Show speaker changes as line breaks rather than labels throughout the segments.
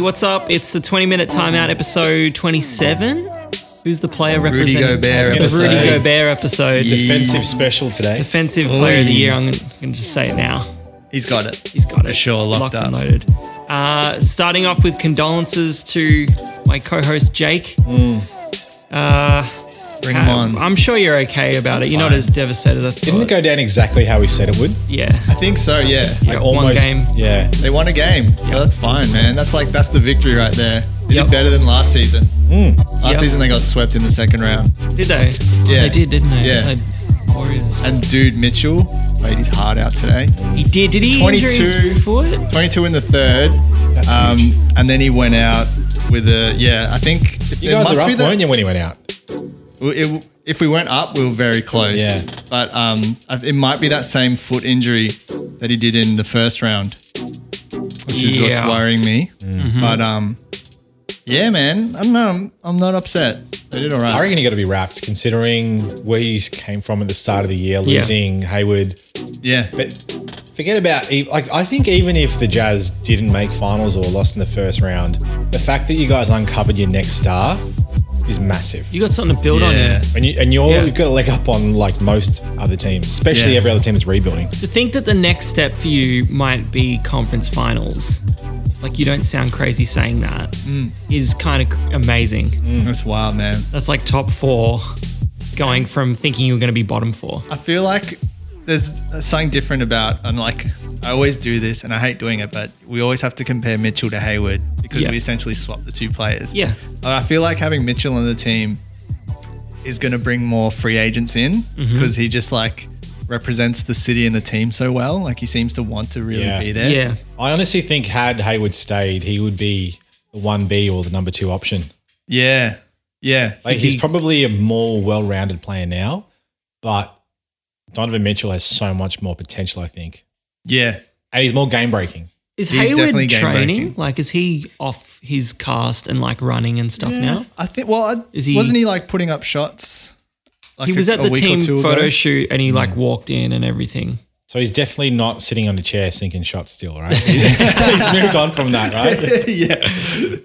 what's up? It's the 20 minute timeout episode 27. Who's the player
Rudy
representing?
Gobert
Rudy
episode.
Gobert episode.
Yeah.
Defensive special today.
Defensive player of the
Oi.
year. I'm going to just say it now.
He's got it.
He's got it.
sure, locked
and
up.
loaded. Uh, starting off with condolences to my co-host Jake. Uh,
Bring him on.
I'm sure you're okay about it. You're not as devastated as I thought.
Didn't it go down exactly how we said it would?
yeah.
I think so, yeah.
Yeah, one game.
Yeah.
They won a game. So that's fine, man. That's like that's the victory right there. They
Yep.
did better than last season.
Mm.
Last
Yep.
season they got swept in the second round.
Did they?
Yeah.
They did, didn't they?
Yeah.
They Warriors.
And dude Mitchell played his heart out today.
He did. Did he injure
22.
his foot?
22 in the third.
That's
Um, and then he went out with a yeah. I think
You guys are up, weren't you, when he went out?
It, if we weren't up, we were very close.
Yeah.
But um, I- it might be that same foot injury that he did in the first round, which is what's
Yeah.
worrying me. But um, yeah, man, I don't know. I'm, I'm not upset. They did all right.
I reckon you got to be wrapped, considering where you came from at the start of the year, losing Hayward.
yeah.
But forget about e- like I think even if the Jazz didn't make finals or lost in the first round, the fact that you guys uncovered your next star is massive.
You got something to build on here.
yeah.
and you and you're,
Yeah.
you've got a leg up on like most other teams, especially
Yeah.
every other team that's rebuilding.
To think that the next step for you might be conference finals, like you don't sound crazy saying that, is
Mm.
kind of amazing.
That's wild, man.
That's like top four, going from thinking you were going to be bottom four.
I feel like there's something different about, and like I always do this, and I hate doing it, but we always have to compare Mitchell to Hayward because
Yeah.
we essentially swap the two players.
Yeah.
And I feel like having Mitchell on the team is going to bring more free agents in because he just like represents the city and the team so well. Like he seems to want to really
Yeah.
be there.
Yeah.
I honestly think had Hayward stayed, he would be the one B or the number two option.
Yeah. Yeah.
Like
He'd
he's
be-
probably a more well-rounded player now, but Donovan Mitchell has so much more potential, I think,
yeah.
and he's more game-breaking.
Is
He's definitely
Hayward
game-breaking.
training? Like, is he off his cast and like running and stuff now?
I think, well, I,
Is he-
wasn't he like putting up shots? Like
he
a-
was at
a
the
week or
team
two ago? Mm.
photo shoot and he like walked in and everything.
So he's definitely not sitting on a chair sinking shots still, right? he's moved on from that, right?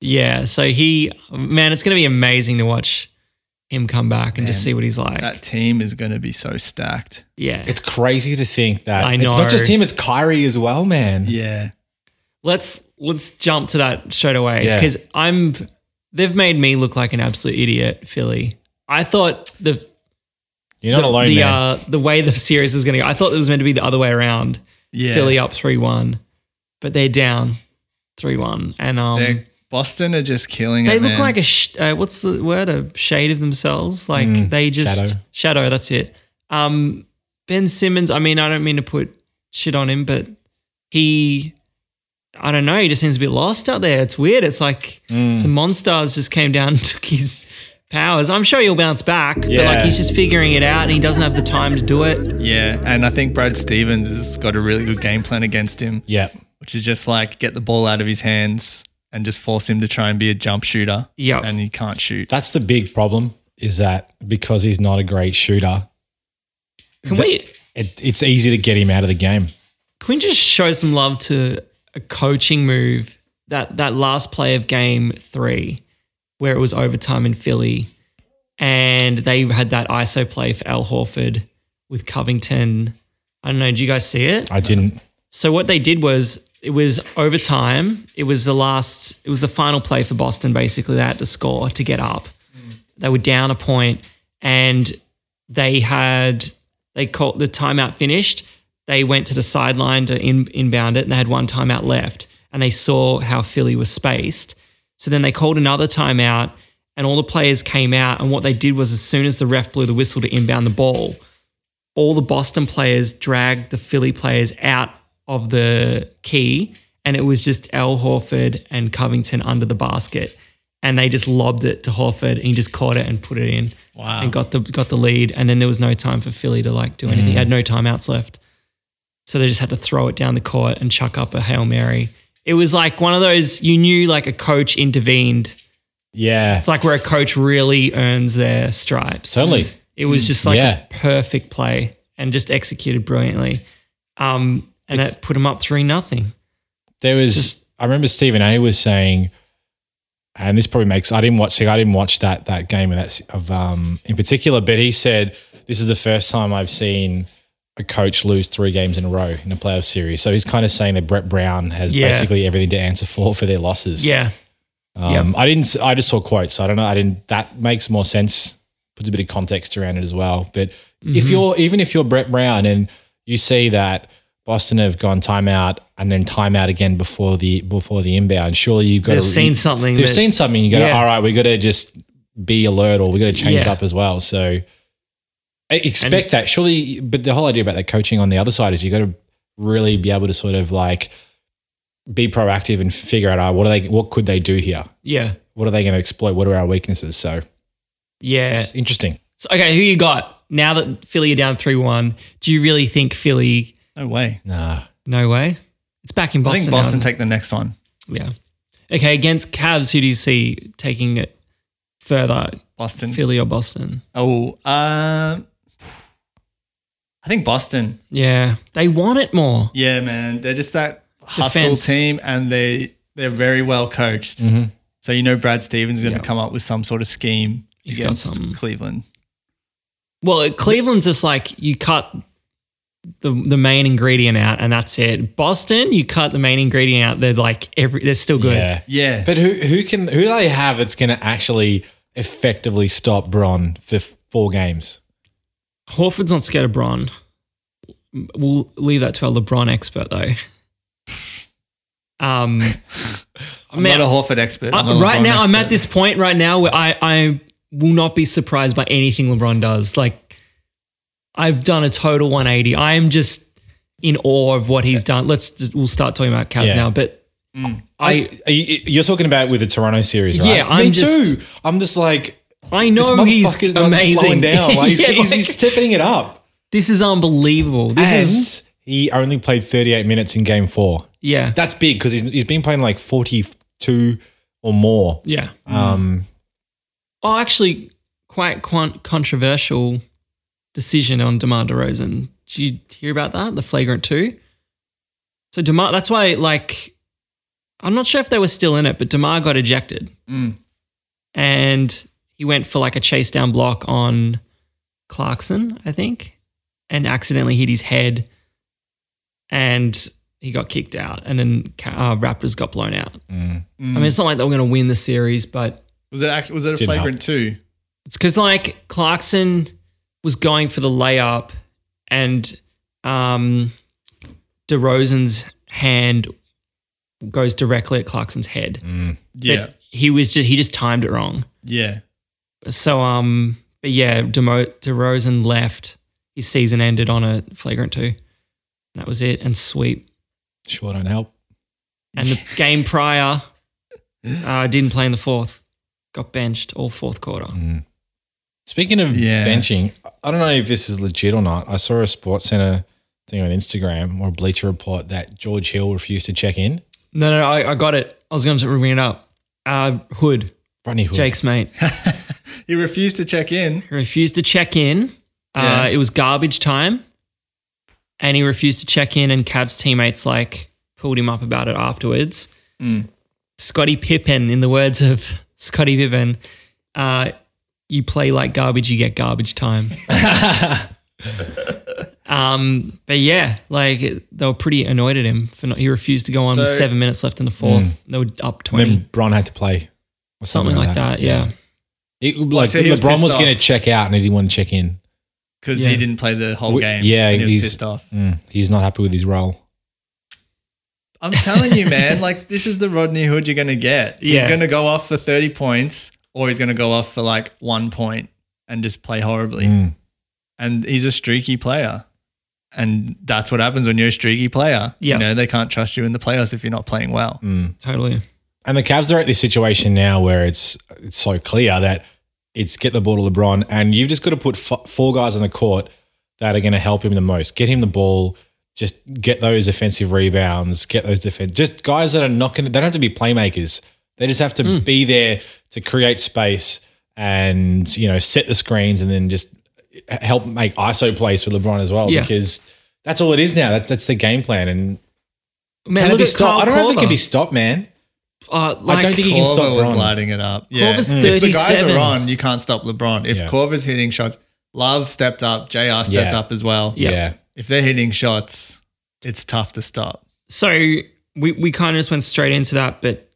Yeah. So he, man, it's going to be amazing to watch him come back and just see what he's like.
That team is going to be so stacked.
yeah.
It's crazy to think that
I
it's
know.
not just him; it's Kyrie as well, man.
Yeah.
let's let's jump to that straight away
Yeah.
because I'm they've made me look like an absolute idiot, Philly. I thought the
You're not
the,
alone,
the,
man.
uh, the way the series was going to go. I thought it was meant to be the other way around.
Yeah.
Philly up three one, but they're down three one, and um,
They're- Boston are just killing
they
it.
look
man.
like a sh- uh, what's the word a shade of themselves. Like they just
Mm, shadow.
shadow. That's it. Um, ben Simmons. I mean, I don't mean to put shit on him, but he, I don't know. He just seems a bit lost out there. It's weird. It's like
Mm.
the monsters just came down and took his powers. I'm sure he'll bounce back, but like
Yeah.
he's just figuring it out and he doesn't have the time to do it.
Yeah, and I think Brad Stevens has got a really good game plan against him,
yeah,
which is just like get the ball out of his hands and just force him to try and be a jump shooter.
Yeah.
And he can't shoot.
that's the big problem. Is that because he's not a great shooter,
Can we?
it, it's easy to get him out of the game.
Can we just show some love to a coaching move that that last play of game three, where it was overtime in Philly, and they had that ISO play for Al Horford with Covington. I don't know. Do you guys see it?
I didn't.
So what they did was it was overtime. It was the last. It was the final play for Boston. Basically, they had to score to get up. They were down a point, and they had they called the timeout finished. They went to the sideline to in, inbound it, and they had one timeout left. And they saw how Philly was spaced. So then they called another timeout, and all the players came out. And what they did was, as soon as the ref blew the whistle to inbound the ball, all the Boston players dragged the Philly players out of the key, and it was just Al Horford and Covington under the basket, and they just lobbed it to Horford, and he just caught it and put it in, wow. and got the got the lead, and then there was no time for Philly to like do anything. They had no timeouts left, so they just had to throw it down the court and chuck up a hail mary. It was like one of those you knew like a coach intervened.
Yeah,
It's like where a coach really earns their stripes.
totally.
It was just like
Yeah.
a perfect play and just executed brilliantly. Um, and that put him up three nothing.
There was I remember Stephen A was saying, and this probably makes I didn't watch I didn't watch that that game of that of um in particular, but he said this is the first time I've seen a coach lose three games in a row in a playoff series. So he's kind of saying that Brett Brown has
Yeah.
basically everything to answer for for their losses.
Yeah.
Um, I didn't. s- I just saw quotes. So I don't know. I didn't. That makes more sense. Puts a bit of context around it as well. But
Mm-hmm.
if you're even if you're Brett Brown and you see that Boston have gone timeout and then timeout again before the before the inbound, surely you've got
They've
to
seen something
They've
that-
seen something. You got to
Yeah.
all right. We got to just be alert, or we got to change it
Yeah.
up as well. So I expect that surely. But the whole idea about that coaching on the other side is you got to really be able to sort of like be proactive and figure out "All right, what are they what could they do here
Yeah.
what are they going to exploit? What are our weaknesses? So
Yeah.
interesting.
So, okay, who you got? Now that Philly are down 3 1, do you really think Philly,
No way.
Nah,
no way? It's back in
I
Boston.
think
now,
Boston
isn't
take the next one.
it? Yeah. Okay, against Cavs, who do you see taking it further,
Boston.
Philly or Boston?
Oh, um, I think Boston.
Yeah. They want it more.
Yeah, man, they're just that
Defense. Mm-hmm.
hustle team, and they they're very well coached. So you know Brad Stevens is going to
Yeah.
come up with some sort of scheme
He's got
against
some-
Cleveland.
Well, Cleveland's just like you cut the the main ingredient out and that's it. Boston, you cut the main ingredient out, they're like every they're still good.
yeah,
Yeah,
But who who can who do they have that's going to actually effectively stop Bron for f- four games?
Horford's not scared of Bron. We'll leave that to our LeBron expert though. Um
I'm
man,
not a Horford expert. I'm
I-
a
right
LeBron
now, I'm at
expert.
this point right now where I, I will not be surprised by anything LeBron does. Like, I've done a total 180. I am just in awe of what he's done. Let's just, we'll start talking about Cavs
Yeah. Mm.
now, but
I, you, you're talking about with the Toronto series, right?
Yeah,
me
I'm just-
too. I'm just like
I
this
know he's
motherfucker's not
amazing.
slowing down. Like, he's,
Yeah,
he's,
like,
he's stepping it up,
this is unbelievable. This
and
is
he only played 38 minutes in game four.
yeah,
That's big because he's, he's been playing like 42 or more.
yeah.
Um,
Oh, actually, quite con- controversial decision on Demar Derozan. Did you hear about that? The flagrant two. So Demar, that's why. Like, I'm not sure if they were still in it, but Demar got ejected, and he went for like a chase down block on Clarkson, I think, and accidentally hit his head, and he got kicked out, and then Ca- uh, Raptors got blown out. I mean, it's not like they were going to win the series, but
Was it act- was it a
Didn't
flagrant two?
it's because like Clarkson was going for the layup, and um, DeRozan's hand goes directly at Clarkson's head.
Yeah,
But he was just he just timed it wrong.
yeah.
So um, but yeah, Demo- DeRozan left. His season ended on a flagrant two. That was it, and sweep.
sure, don't help.
And the game prior uh, didn't play in the fourth. Got benched all fourth quarter.
Speaking of
Yeah.
benching, I don't know if this is legit or not. I saw a Sports Center thing on Instagram or a Bleacher Report that George Hill refused to check in.
No, no, I, I got it. I was going to bring it up. Uh, Hood,
Rodney Hood.
Jake's mate,
He refused to check in.
he refused to check in. Uh,
Yeah.
It was garbage time, and he refused to check in. And Cab's teammates like pulled him up about it afterwards. Scotty Pippen, in the words of Scotty Pippen, uh, you play like garbage, you get garbage time. um, but yeah, like they were pretty annoyed at him for not. He refused to go on with
So-
seven minutes left in the fourth. They were up
And
twenty.
then Bron had to play. or
something like that. Yeah.
It, like
so he was
LeBron
pissed
was going
off.
to check out and he didn't want to check in.
Because
Yeah.
he didn't play the whole
We-
game.
yeah,
and he was
he's-
pissed off.
Mm, he's not happy with his role.
I'm telling you, man, like this is the Rodney Hood you're gonna get.
Yeah.
He's gonna go off for 30 points, or he's gonna go off for like one point and just play horribly.
Mm.
And he's a streaky player. And that's what happens when you're a streaky player.
Yeah.
You know, they can't trust you in the playoffs if you're not playing well.
Mm.
Totally.
And the Cavs are at this situation now where it's it's so clear that it's get the ball to LeBron, and you've just got to put f- four guys on the court that are going to help him the most. Get him the ball, just get those offensive rebounds, get those defense. Just guys that are not going to. They don't have to be playmakers. They just have to
Hmm.
be there to create space and you know set the screens, and then just h- help make ISO plays for LeBron as well
Yeah.
because that's all it is now. That's that's the game plan, and
Man,
Can it
look
be
at Kyle
stopped? I don't know if it can
Korver.
be stopped, man.
Uh, like,
don't think he can- stop
Corver was
Bron.
lighting it up. Yeah.
Corver's
If the guys
37.
are on, you can't stop LeBron. If
Yeah.
Corver's hitting shots, Love stepped up, JR stepped
Yeah.
up as well.
Yeah.
If they're hitting shots, it's tough to stop.
So we, we kind of just went straight into that, but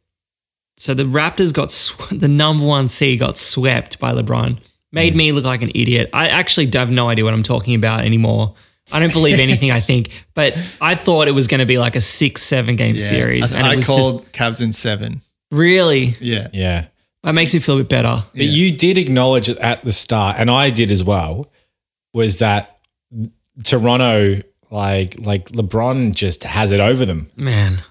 so the Raptors got sw- the number one seed got swept by LeBron. Made me look like an idiot. I actually have no idea what I'm talking about anymore. I don't believe anything I think, but I thought it was going to be like a six, seven game
Yeah.
series,
I,
and
I
it was just
called Cavs in seven.
really
Yeah.
Yeah.
that makes me feel a bit better.
But you did acknowledge at the start, and I did as well, was that Toronto, like like LeBron, just has it over them,
Man,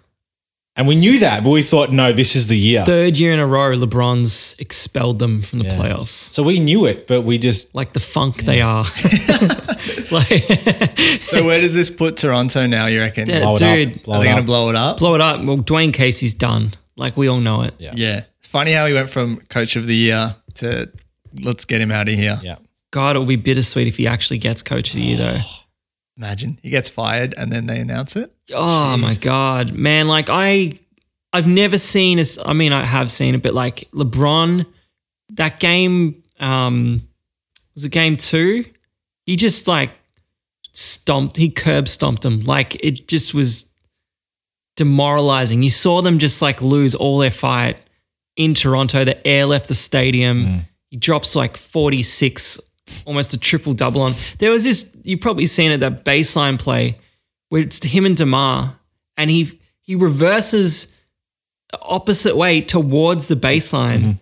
and we knew that, but we thought, no, this is the year.
third year in a row, LeBron's expelled them from the playoffs.
so we knew it, but we just
Like the funk they are. like,
So where does this put Toronto now, you reckon?
Yeah.
blow it
Dude.
up, blow
Are
it
they going
up.
to blow it up?
blow it up. Well, Dwayne Casey's done. Like we all know it.
Yeah.
yeah. It's funny how he went from coach of the year to let's get him out of here.
yeah,
God, it'll be bittersweet if he actually gets coach of the year though.
Imagine he gets fired and then they announce it.
Oh my god, man! Like I, I've never seen as I mean I have seen it, but like LeBron, that game um was it game two? He just like stomped, he curb stomped him. Like it just was demoralizing. You saw them just like lose all their fight in Toronto. The air left the stadium. He drops like forty six, almost a triple double on. There was this. You've probably seen it that baseline play where it's him and Demar, and he he reverses the opposite way towards the baseline,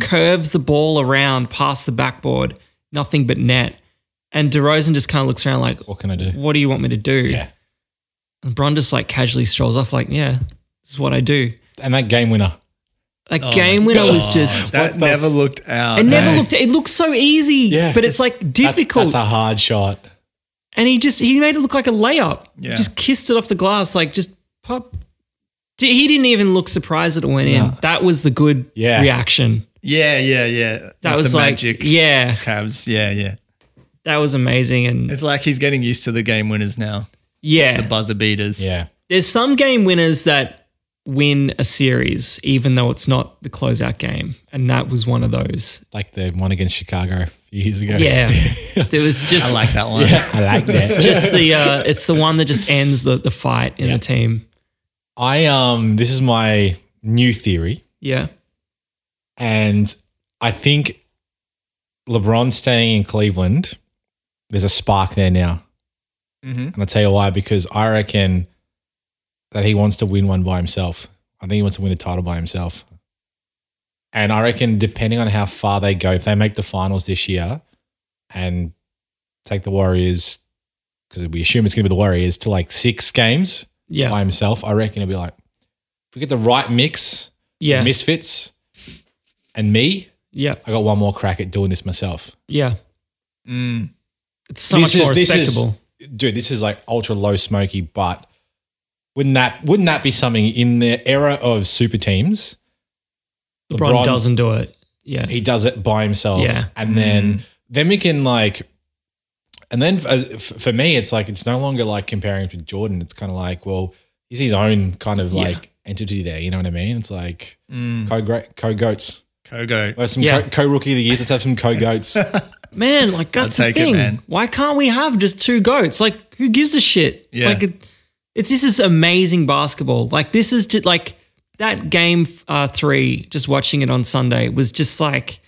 curves the ball around past the backboard, nothing but net. And DeRozan just kind of looks around like,
what can I do?
"What do you want me to do?"
Yeah.
And Bron just like casually strolls off, like, "Yeah, this is what I do."
And that game winner,
Like game winner was just.
Oh That
the
never looked out.
It never
eh?
looked. It looked so easy,
Yeah,
but it's
that's-
like
That-
difficult.
that's a hard shot.
and he just he made it look like a layup.
Yeah.
Just kissed it off the glass, like just pop. D- He didn't even look surprised that it went in. That was the good
Yeah.
reaction.
Yeah, yeah, yeah.
That
Not
was
the
like
magic.
yeah,
Cavs. Yeah, yeah.
that was amazing. And
It's like he's getting used to the game winners now,
yeah,
the buzzer beaters.
Yeah,
there's some game winners that win a series even though it's not the closeout game, and that was one of those.
like the one against Chicago a few years ago.
Yeah, there was just
I like that one.
I like that.
just the uh, it's the one that just ends the the fight in the team.
I um, this is my new theory.
Yeah,
And I think LeBron staying in Cleveland, there's a spark there now.
Mhm.
And I'll tell you why, because I reckon that he wants to win one by himself. I think he wants to win a title by himself. And I reckon, depending on how far they go, if they make the finals this year and take the Warriors, because we assume it's going to be the Warriors, to like six games by
yeah,
himself, I reckon it'll be like, if we get the right mix,
yeah,
Misfits and me,
yeah,
I got one more crack at doing this myself.
yeah.
Mm.
It's so
this
much more
this
respectable.
dude, this is like ultra low smoky, but wouldn't that wouldn't that be something in the era of super teams?
LeBron,
LeBron-
doesn't do it. Yeah.
He does it by himself.
Yeah.
And then then we can like and then uh, f- for me it's like it's no longer like comparing him to Jordan. It's kind of like, well, he's his own kind of
Yeah.
like entity there, you know what I mean? It's like
Mm.
co co goats.
Kogo.
Let's have some
Yeah.
co rookie of the year. Let's have some co goats.
Man, like that's the
take it,
thing.
man.
Why can't we have just two goats? Like who gives a shit?
Yeah.
Like it, it's this is amazing basketball. Like this is just like that game uh, 3 just watching it on Sunday was just like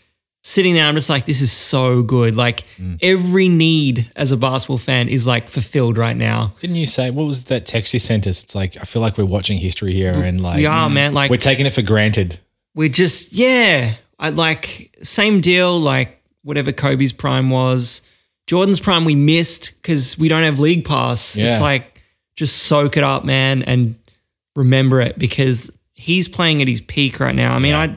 sitting there I'm just like this is so good. Like
Mm.
every need as a basketball fan is like fulfilled right now.
Didn't you say what was that text you sent us? It's like I feel like we're watching history here, and like
We are, man. Like
we're taking it for granted.
we're just yeah i like same deal like whatever kobe's prime was jordan's prime we missed because we don't have league pass
Yeah.
it's like just soak it up man and remember it because he's playing at his peak right now i mean i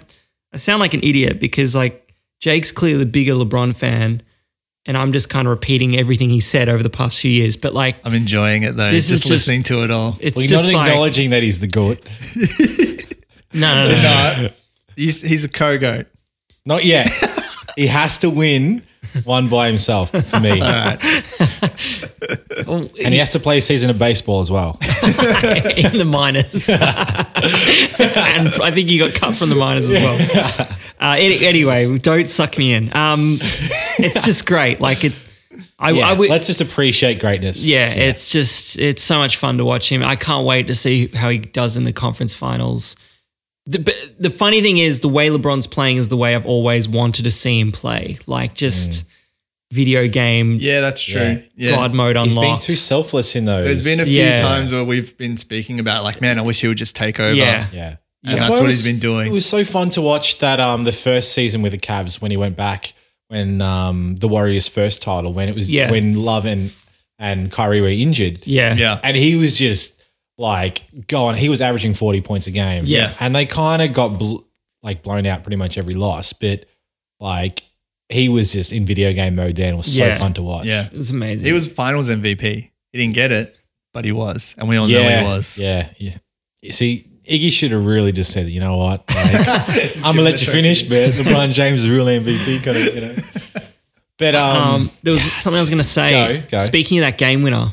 i sound like an idiot because like jake's clearly the bigger lebron fan and i'm just kind of repeating everything he said over the past few years but like
I'm enjoying it though.
This is
just
just-
listening to it all.
it's
We're
just
not
like no
acknowledging that he's the goat.
no no, no.
no, Uh, he's, he's a Kogo.
Not yet. he has to win one by himself for me.
Well,
And he has to play a season of baseball as well.
in the minors. and I think he got cut from the minors as well. Uh, any, anyway, don't suck me in. Um, it's just great. Like it, I,
Yeah,
I would.
let's just appreciate greatness.
yeah, it's just it's so much fun to watch him. I can't wait to see how he does in the conference finals. The, but the funny thing is, the way LeBron's playing is the way I've always wanted to see him play. Like just video game
Yeah, that's true. Yeah.
Mm. Yeah.
god mode
He's been
unlocked.
too selfless in those.
There's been a few
Yeah.
times where we've been speaking about like, man, I wish he would just take over.
Yeah.
Yeah.
And that's
why it
what he's
was-
been doing.
It was so fun to watch that um the first season with the Cavs when he went back when um the Warriors first title when it was
Yeah.
when Love and and Kyrie were injured.
yeah,
Yeah.
And he was just like going he was averaging 40 points a game.
Yeah.
And they kind of got bl- like blown out pretty much every loss, but like he was just in video game mode then. It was so
Yeah.
fun to watch.
Yeah.
It was amazing.
He was finals MVP. He didn't get it, but he was. And we all know he was.
Yeah, yeah. You See, Iggy should have really just said, you know what? Like, I'm gonna let you finish, but LeBron James is real MVP kind of, you know.
Uh,
But um,
Um, there was something I was going to say.
Go, go.
Speaking of that game winner,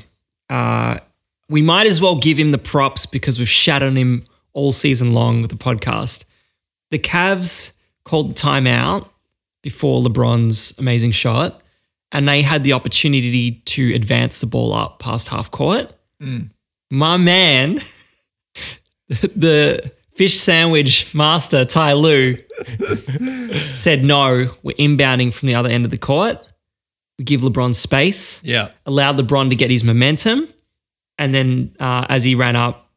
uh, we might as well give him the props because we've shat on him all season long with the podcast. The Cavs called the timeout before LeBron's amazing shot, and they had the opportunity to advance the ball up past half court.
Mm.
My man, the fish sandwich master, Tai Lu, said, No, we're inbounding from the other end of the court. We give LeBron space,
Yeah.
allowed LeBron to get his momentum. And then uh, as he ran up,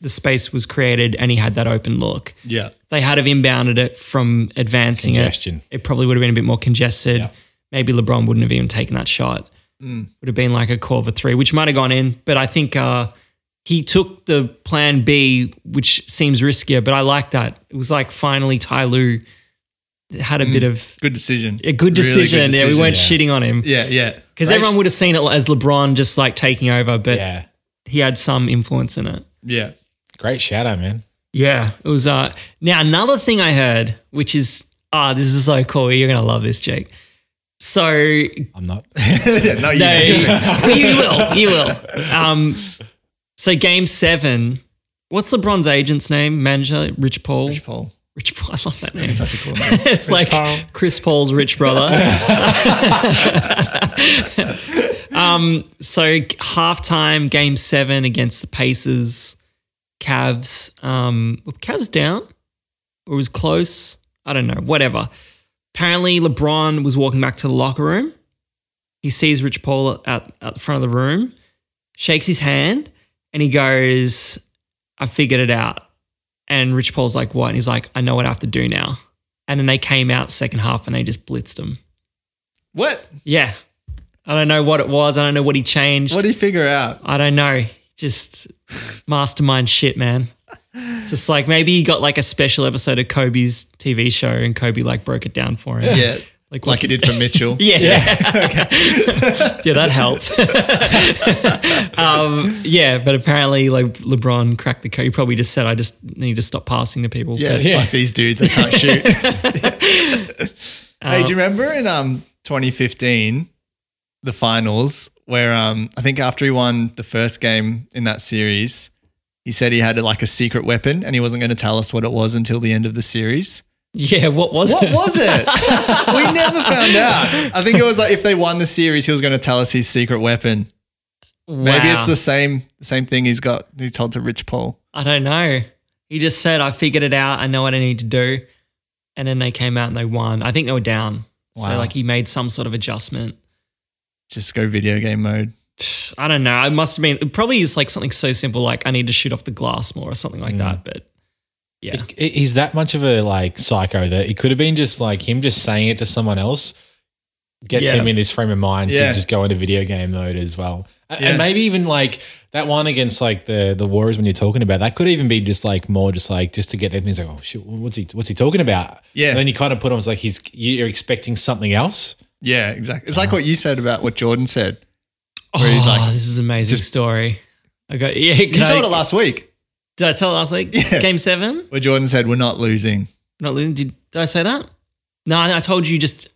the space was created and he had that open look.
Yeah.
They had have inbounded it from advancing
Congestion.
it. It probably would have been a bit more congested. Maybe LeBron wouldn't have even taken that shot. Would have been like a Corva three, which might have gone in. But I think uh, he took the plan B, which seems riskier. But I like that. It was like finally Ty Lue had a bit of
Good decision.
a good
Really
decision. yeah, we weren't
yeah.
shitting on him
Yeah. Yeah.
because everyone would have seen it as LeBron just like taking over, but
yeah,
he had some influence in it.
Yeah.
great shout out, man.
Yeah, it was. Uh, now another thing I heard, which is ah, this is so cool. You're gonna love this, Jake. So
I'm not.
yeah. No, you
they,
know.
you will, you will. Um, so game seven. What's LeBron's agent's name? Manager Rich Paul. Rich,
Paul.
Paul. I love that name.
Such a cool name.
it's like Chris Paul's rich brother. um, Um, so halftime, game seven against the Pacers, Cavs. Um, were Cavs down or was close? I don't know. Whatever. Apparently, LeBron was walking back to the locker room. He sees Rich Paul out at the front of the room, shakes his hand, and he goes, "I figured it out." And Rich Paul's like, "What?" And he's like, "I know what I have to do now." And then they came out second half and they just blitzed him.
What?
Yeah, I don't know what it was. I don't know what he changed.
What do you figure out?
I don't know. Just mastermind shit, man. Just like maybe he got like a special episode of Kobe's TV show and Kobe like broke it down for him.
Yeah.
Like
Like he did for Mitchell.
Yeah. Yeah, that helped. um, yeah, but apparently like LeBron cracked the code. He probably just said, I just need to stop passing to people.
Yeah,
But-
Yeah.
fuck these dudes. I can't shoot. hey, do you remember in um 2015 the finals where um I think after he won the first game in that series, he said he had like a secret weapon and he wasn't going to tell us what it was until the end of the series.
yeah what was
What
it?
was it? we never found out. I think it was like if they won the series, he was going to tell us his secret weapon. Maybe
Wow.
it's the same same thing he's got. He told to Rich Paul.
I don't know. He just said, I figured it out. I know what I need to do. And then they came out and they won. I think they were down. So,
Wow.
like, he made some sort of adjustment.
Just go video game mode.
I don't know. It must have been, it probably is like something so simple, like, I need to shoot off the glass more or something
Mm.
like that. But yeah.
He- He's that much of a like psycho that it could have been just like him just saying it to someone else gets
Yeah.
him in this frame of mind
Yeah.
to just go into video game mode as well. A-
Yeah.
And maybe even like that one against like the the Warriors when you're talking about that could even be just like more just like just to get them things like oh shit what's he what's he talking about
Yeah.
and then you kind of put on it's like he's you're expecting something else
Yeah, exactly. It's like what you said about what Jordan said. Where
oh,
he's like-
this is an amazing story. I got, yeah.
You told it last week
did I tell it last week?
Yeah.
Game seven?
where Jordan said, We're not losing.
Not losing. Did, did I say that? No, I I told you just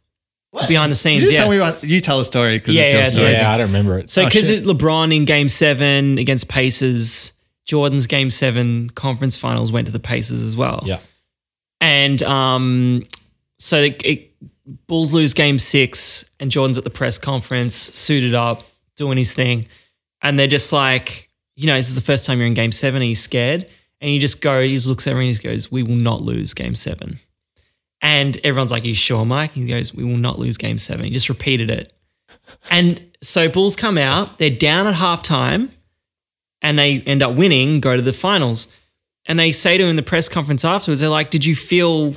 behind the scenes.
Did you
yeah.
tell me about, you tell a story because
Yeah,
it's your
yeah, it's
story.
amazing.
Yeah, I don't remember it.
So
Oh,
because
shit.
LeBron in Game Seven against Pacers, Jordan's Game Seven conference finals went to the Pacers as well.
yeah,
and um, so it, it, Bulls lose Game Six, and Jordan's at the press conference, suited up, doing his thing, and they're just like, you know, this is the first time you're in Game Seven. Are you scared? And he just goes, he just looks at everyone, and he just goes, "We will not lose Game 7. And everyone's like, "You sure, Mike?" He goes, "We will not lose Game 7. He just repeated it. And so Bulls come out, they're down at halftime, and they end up winning, go to the finals. And they say to him in the press conference afterwards, they're like, Did you feel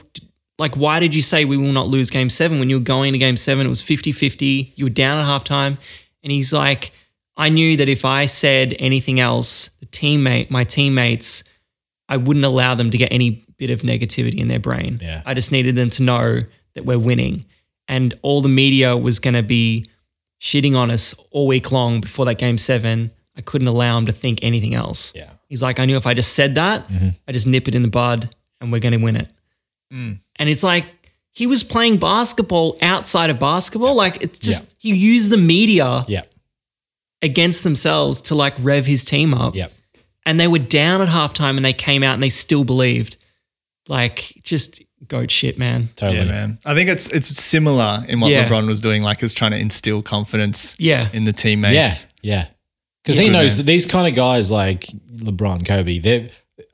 like, why did you say we will not lose game seven when you were going to game seven? It was 50 50, you were down at halftime. And he's like, I knew that if I said anything else, the teammate, my teammates, I wouldn't allow them to get any bit of negativity in their brain.
Yeah.
I just needed them to know that we're winning. And all the media was going to be shitting on us all week long before that game seven. I couldn't allow him to think anything else.
yeah. Mm-hmm.
He's like, I knew if I just said that, I just nip it in the bud and we're going to win it. And it's like, he was playing basketball outside of basketball. Like, it's just, he used the media
Yeah.
against themselves to like rev his team up.
Yeah.
And they were down at halftime and they came out and they still believed. Like, just goat shit, man.
Totally.
Yeah, man. I think it's it's similar in what
Yeah.
LeBron was doing, like is trying to instill confidence
Yeah.
in the teammates.
Yeah, yeah. Because he
Good man.
knows that these kind of guys like LeBron, Kobe, they're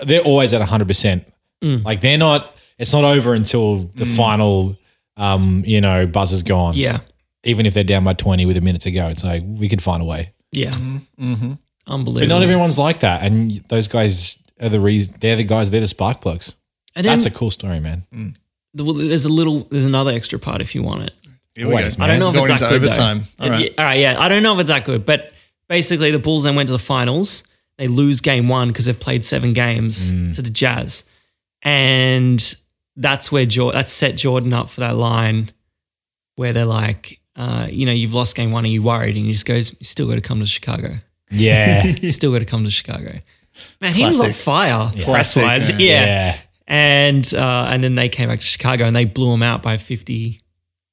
they're always at hundred percent.
Mm.
Like they're not. It's not over until the final, um, you know, buzzer's gone.
Yeah.
Even if they're down by twenty with a minute to go, it's like we could find a way.
Yeah. Unbelievable.
But not everyone's like that, and those guys are the reason. They're the guys. They're the spark plugs.
and then Mm.
That's a cool story, man.
well, there's a little, there's another extra part if you want it.
Here we
Wait,
go,
I
I
man.
don't know if
Going
it's that
into
good, though.
overtime. All
Yeah,
right.
Yeah, all right, yeah. I don't know if it's that good, but basically the Bulls then went to the finals. They lose game one because they've played seven games
Mm.
to the Jazz, and that's where Jordan, that set Jordan up for that line where they're like, uh, you know, you've lost game one, are you worried? And he just goes, you still got to come to Chicago.
Yeah,
You still got to come to Chicago. Man, he was on
Classic.
fire.
Classic,
press-wise.
man.
yeah
yeah.
and uh, and then they came back to Chicago and they blew them out by 50,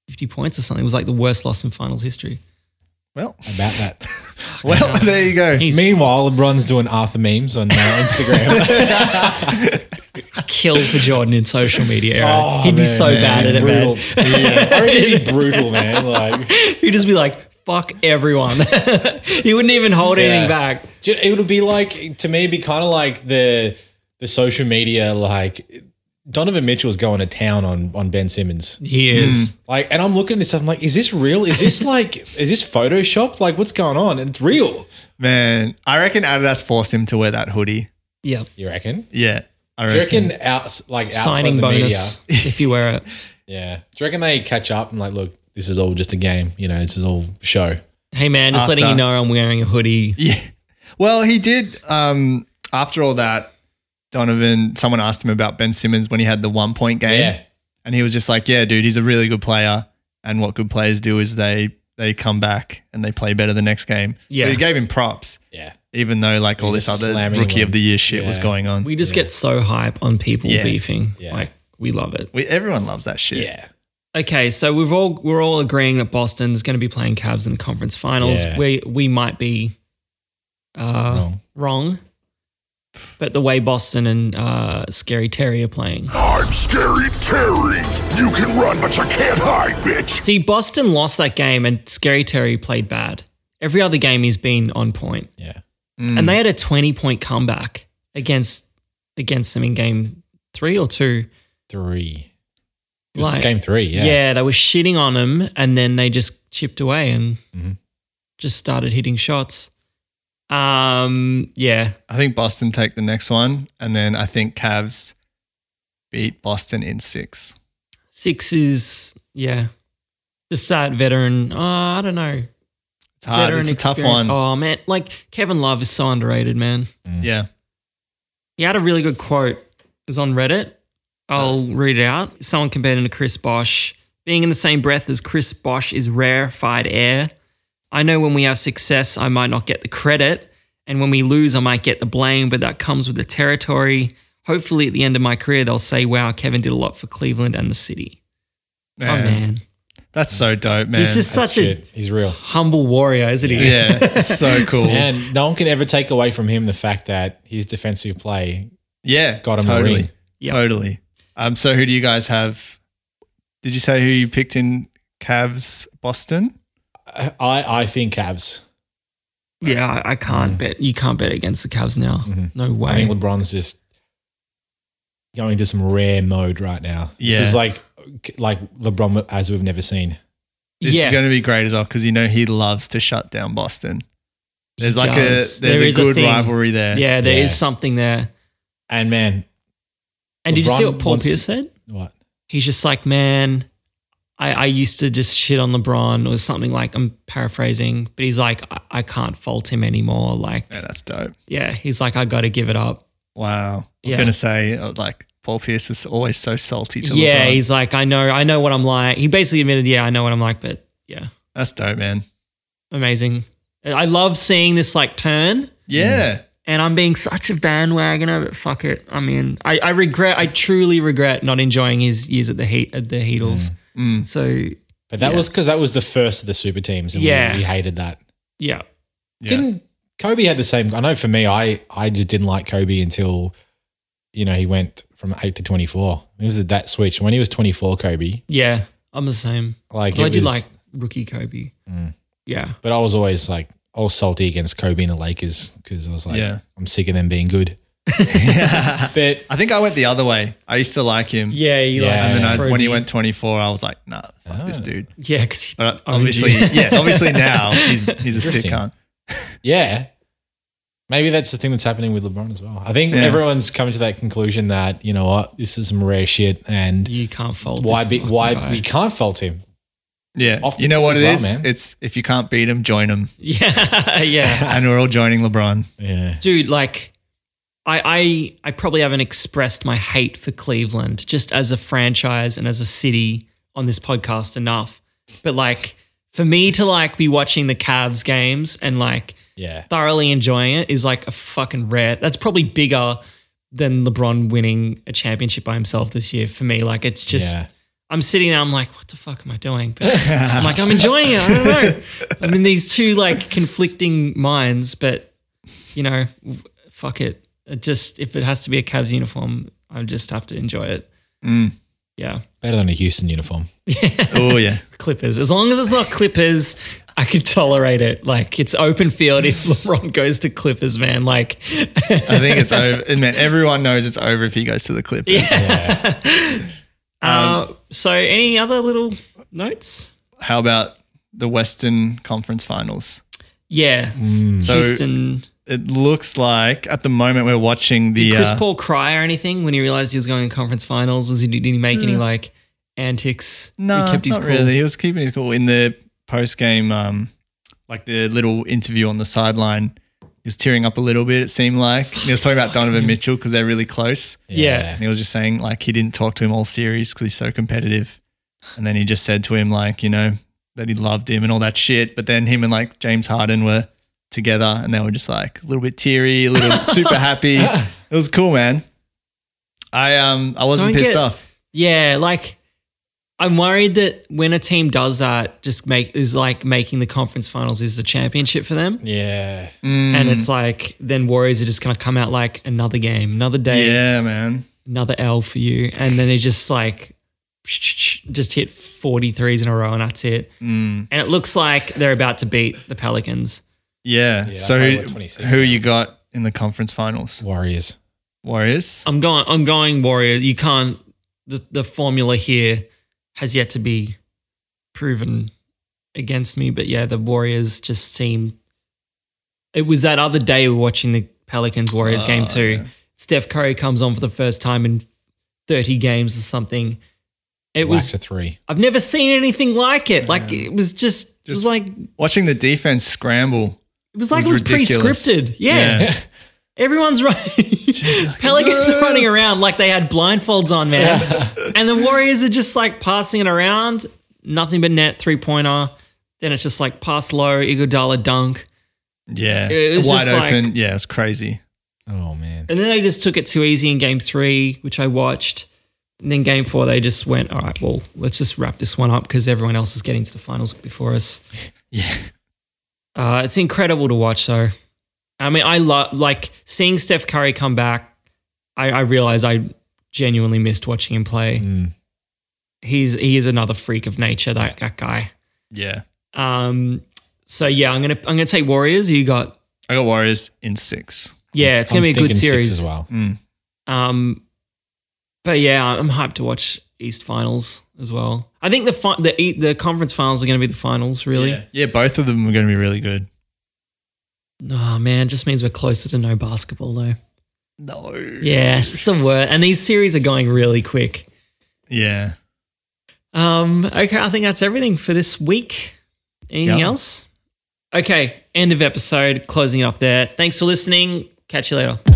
50 points or something. It was like the worst loss in finals history.
Well,
About that.
well, there you go.
He's
Meanwhile, LeBron's doing Arthur memes on uh, Instagram.
killed for Jordan in social media. Era.
Oh,
He'd be
man,
so
man,
bad at
brutal.
it,
Yeah, I reckon he'd be brutal, man. Like.
man. He'd just be like, "Fuck everyone." he wouldn't even hold anything
Yeah.
back.
Do you- It would be like to me, it'd be kind of like the the social media. Like Donovan Mitchell's going to town on on Ben Simmons.
He is.
Like, and I'm looking at this stuff. I'm like, is this real? Is this like, is this Photoshop? Like, what's going on? And it's real.
Man, I reckon Adidas forced him to wear that hoodie.
Yeah.
You reckon?
Yeah. I
Do
reckon.
you reckon out like outside
Signing
the
bonus if you wear it.
media? Yeah. Do you reckon they catch up and like, look, this is all just a game. You know, this is all show.
Hey man, just letting
After-
you know I'm wearing a hoodie.
Yeah. Well, he did. Um, after all that, Donovan, someone asked him about Ben Simmons when he had the one point
Eh?
game.
Yeah.
And he was just like, yeah, dude, he's a really good player. And what good players do is they they come back and they play better the next game.
Yeah.
So he gave him props,
Yeah.
even though like all
He's
this
just
other
slamming
rookie
him.
of the year shit was
Yeah.
going on. We,
We just get so hype on people
Yeah.
beefing.
Yeah.
Like we love it.
everyone loves that shit.
Yeah.
Okay, so we've all we're all agreeing that Boston's going to be playing Cavs in the conference finals.
Yeah.
We we might be uh, wrong.
Wrong.
but the way Boston and uh, Scary Terry are playing,
I'm Scary Terry. You can run, but you can't hide, bitch.
see, Boston lost that game, and Scary Terry played bad. Every other game he's been on point,
Yeah.
and they had a twenty point comeback against against them in game three or two.
Three. It was
Like-
game three. Yeah.
Yeah, they were shitting on him, and then they just chipped away and just started hitting shots. Um, yeah,
I think Boston take the next one. And then I think Cavs beat Boston in six.
six is yeah, just that veteran. Oh, I don't know,
It's hard.
veteran
It's Ah, a tough
experience.
one.
Oh man, like Kevin Love is so underrated, man.
Yeah.
He had a really good quote. It was on Reddit. I'll read it out. Someone compared him to Chris Bosch. Being in the same breath as Chris Bosch is rarefied air. I know when we have success, I might not get the credit. And when we lose, I might get the blame, but that comes with the territory. Hopefully, at the end of my career, they'll say, wow, Kevin did a lot for Cleveland and the city. Oh, man.
That's so dope, man.
He's just such a
Shit, he's real.
humble warrior, isn't he?
yeah, it's so cool. Yeah,
And no one can ever take away from him the fact that his defensive play Got him a
totally,
ring.
Yep.
totally. Um, so who do you guys have? Did you say who you picked in Cavs Boston?
I, I think Cavs.
Yeah, I, I can't bet. You can't bet against the Cavs now. No
I
way.
think LeBron's just going into some rare mode right now. This is
Yeah.
like like LeBron as we've never seen.
This
yeah,
is going to be great as well because you know he loves to shut down Boston. There's like
does.
a there's
There
a
is a
good
thing.
rivalry there.
yeah, there is
Yeah.
something there.
And man,
And did you see
LeBron
what Paul
wants-
Pierce said?
what?
He's just like, man, I, I used to just shit on LeBron or something like. I'm paraphrasing, but he's like, I, I can't fault him anymore. Like,
Man, that's dope.
yeah, he's like, I got to give it up.
Wow. I was
Yeah.
going to say uh, like Paul Pierce is always so salty to
Yeah,
LeBron.
he's like, I know, I know what I'm like. He basically admitted, yeah, I know what I'm like, but yeah,
that's dope, man.
amazing. And I love seeing this like turn.
Yeah.
and I'm being such a bandwagoner, but fuck it. I mean, I, I regret, I truly regret not enjoying his years at the heat at the Heatles.
Mm.
So
But that was because that was the first of the super teams, and we-
Yeah.
we, hated that.
yeah,
Yeah.
Didn't Kobe had the same? I know for me, I I just didn't like Kobe until you know he went from eight to twenty four. It was that switch when he was twenty four. Kobe,
yeah, I'm the same.
like
Although
it
I did
was- Mm.
like rookie Kobe. Yeah,
but I was always like I was salty against Kobe and the Lakers because I was like,
Yeah.
I'm sick of them being good. but
I think I went the other way. I used to like him.
yeah, he
Yeah.
like
And then I,
throwed
when he
me-
went 24, I was like, nah, fuck
Ah.
this dude.
yeah, because
But Uh, obviously, yeah, obviously now he's he's a sick
Interesting.
cunt.
Yeah. Maybe that's the thing that's happening with LeBron as well. I think
Yeah.
everyone's coming to that conclusion that, you know what, this is some rare shit and
you can't fold.
why
this
be,
fucking
why
guy.
we can't fault him.
Yeah,
Off the
you know
court
what
as
it
well,
is?
man.
It's if you can't beat him, join him,
yeah, yeah.
and we're all joining LeBron.
Yeah.
dude like I, I i probably haven't expressed my hate for cleveland just as a franchise and as a city on this podcast enough but like for me to like be watching the Cavs games and like
Yeah.
thoroughly enjoying it is like a fucking rare that's probably bigger than lebron winning a championship by himself this year for me like it's just
yeah.
I'm sitting there, I'm like, what the fuck am I doing? But I'm like, I'm enjoying it. I don't know. I'm in these two like conflicting minds, but you know, w- fuck it. it. Just if it has to be a Cavs uniform, I just have to enjoy it. Yeah.
Better than a Houston uniform.
Oh yeah,
Clippers. As long as it's not Clippers, I can tolerate it. Like it's open field if LeBron goes to Clippers, man. Like
I think it's over. And man, everyone knows it's over if he goes to the Clippers.
uh, so any other little notes?
How about the Western Conference Finals?
Yeah.
So
Houston.
it looks like at the moment we're watching the
Chris
uh,
Paul cry or anything when he realized he was going to conference finals? Was he did he make any like antics?
No,
he
not really. He was keeping his cool in the post game, um, like the little interview on the sideline. He was tearing up a little bit. It seemed like And he was talking about Donovan Mitchell because they're really close,
Yeah.
and he was just saying like he didn't talk to him all series because he's so competitive. And then he just said to him like you know that he loved him and all that shit. But then him and like James Harden were together, and they were just like a little bit teary, a little super happy. It was cool, man. I um I wasn't
Don't
pissed
get-
off.
Yeah, like I'm worried that when a team does that, just make is like making the conference finals is the championship for them.
Yeah.
And it's like then Warriors are just gonna come out like another game, another day,
Yeah, man.
another L for you. And then it just like just hit 43s in a row and that's it. And it looks like they're about to beat the Pelicans.
Yeah. so
probably
who,
what, 26
who you got in the conference finals?
Warriors.
Warriors.
I'm going. I'm going Warrior. You can't. The the formula here has yet to be proven against me. But yeah, the Warriors just seem. It was that other day we were watching the Pelicans Warriors game too. Steph Curry comes on for the first time in 30 games or something. It
It was
was.
a three.
I've never seen anything like it. Like it was just. it was
Just-
like it
Watching the defense scramble.
was like it was,
was ridiculous.
pre-scripted. yeah. Everyone's running. Pelicans are running around like they had blindfolds on, man. and the Warriors are just like passing it around. Nothing but net three pointer. Then it's just like pass low, Iguodala dunk.
Yeah.
It was
Wide
just like-
open. yeah, it's crazy.
Oh man.
And then they just took it too easy in game three, which I watched. And then game four, they just went, all right, well, let's just wrap this one up because everyone else is getting to the finals before us.
Yeah.
Uh, it's incredible to watch, though. I mean, I love like seeing Steph Curry come back. I, I realize I genuinely missed watching him play.
Mm.
He's he is another freak of nature. That that guy.
Yeah.
Um. So yeah, I'm gonna I'm gonna take Warriors. You got
I got Warriors in six.
yeah. It's
I'm
gonna be a good
thinking six
series.
as well.
Um, but yeah, I'm hyped to watch East finals as well. I think the fi- the E- the conference finals are going to be the finals. Really,
Yeah. yeah, both of them are going to be really good.
oh man, just means we're closer to no basketball though.
No.
Yeah, it's the word. And these series are going really quick.
Yeah.
Um, okay, I think that's everything for this week. Anything
Yeah.
else? Okay, end of episode. Closing it off there. Thanks for listening. Catch you later.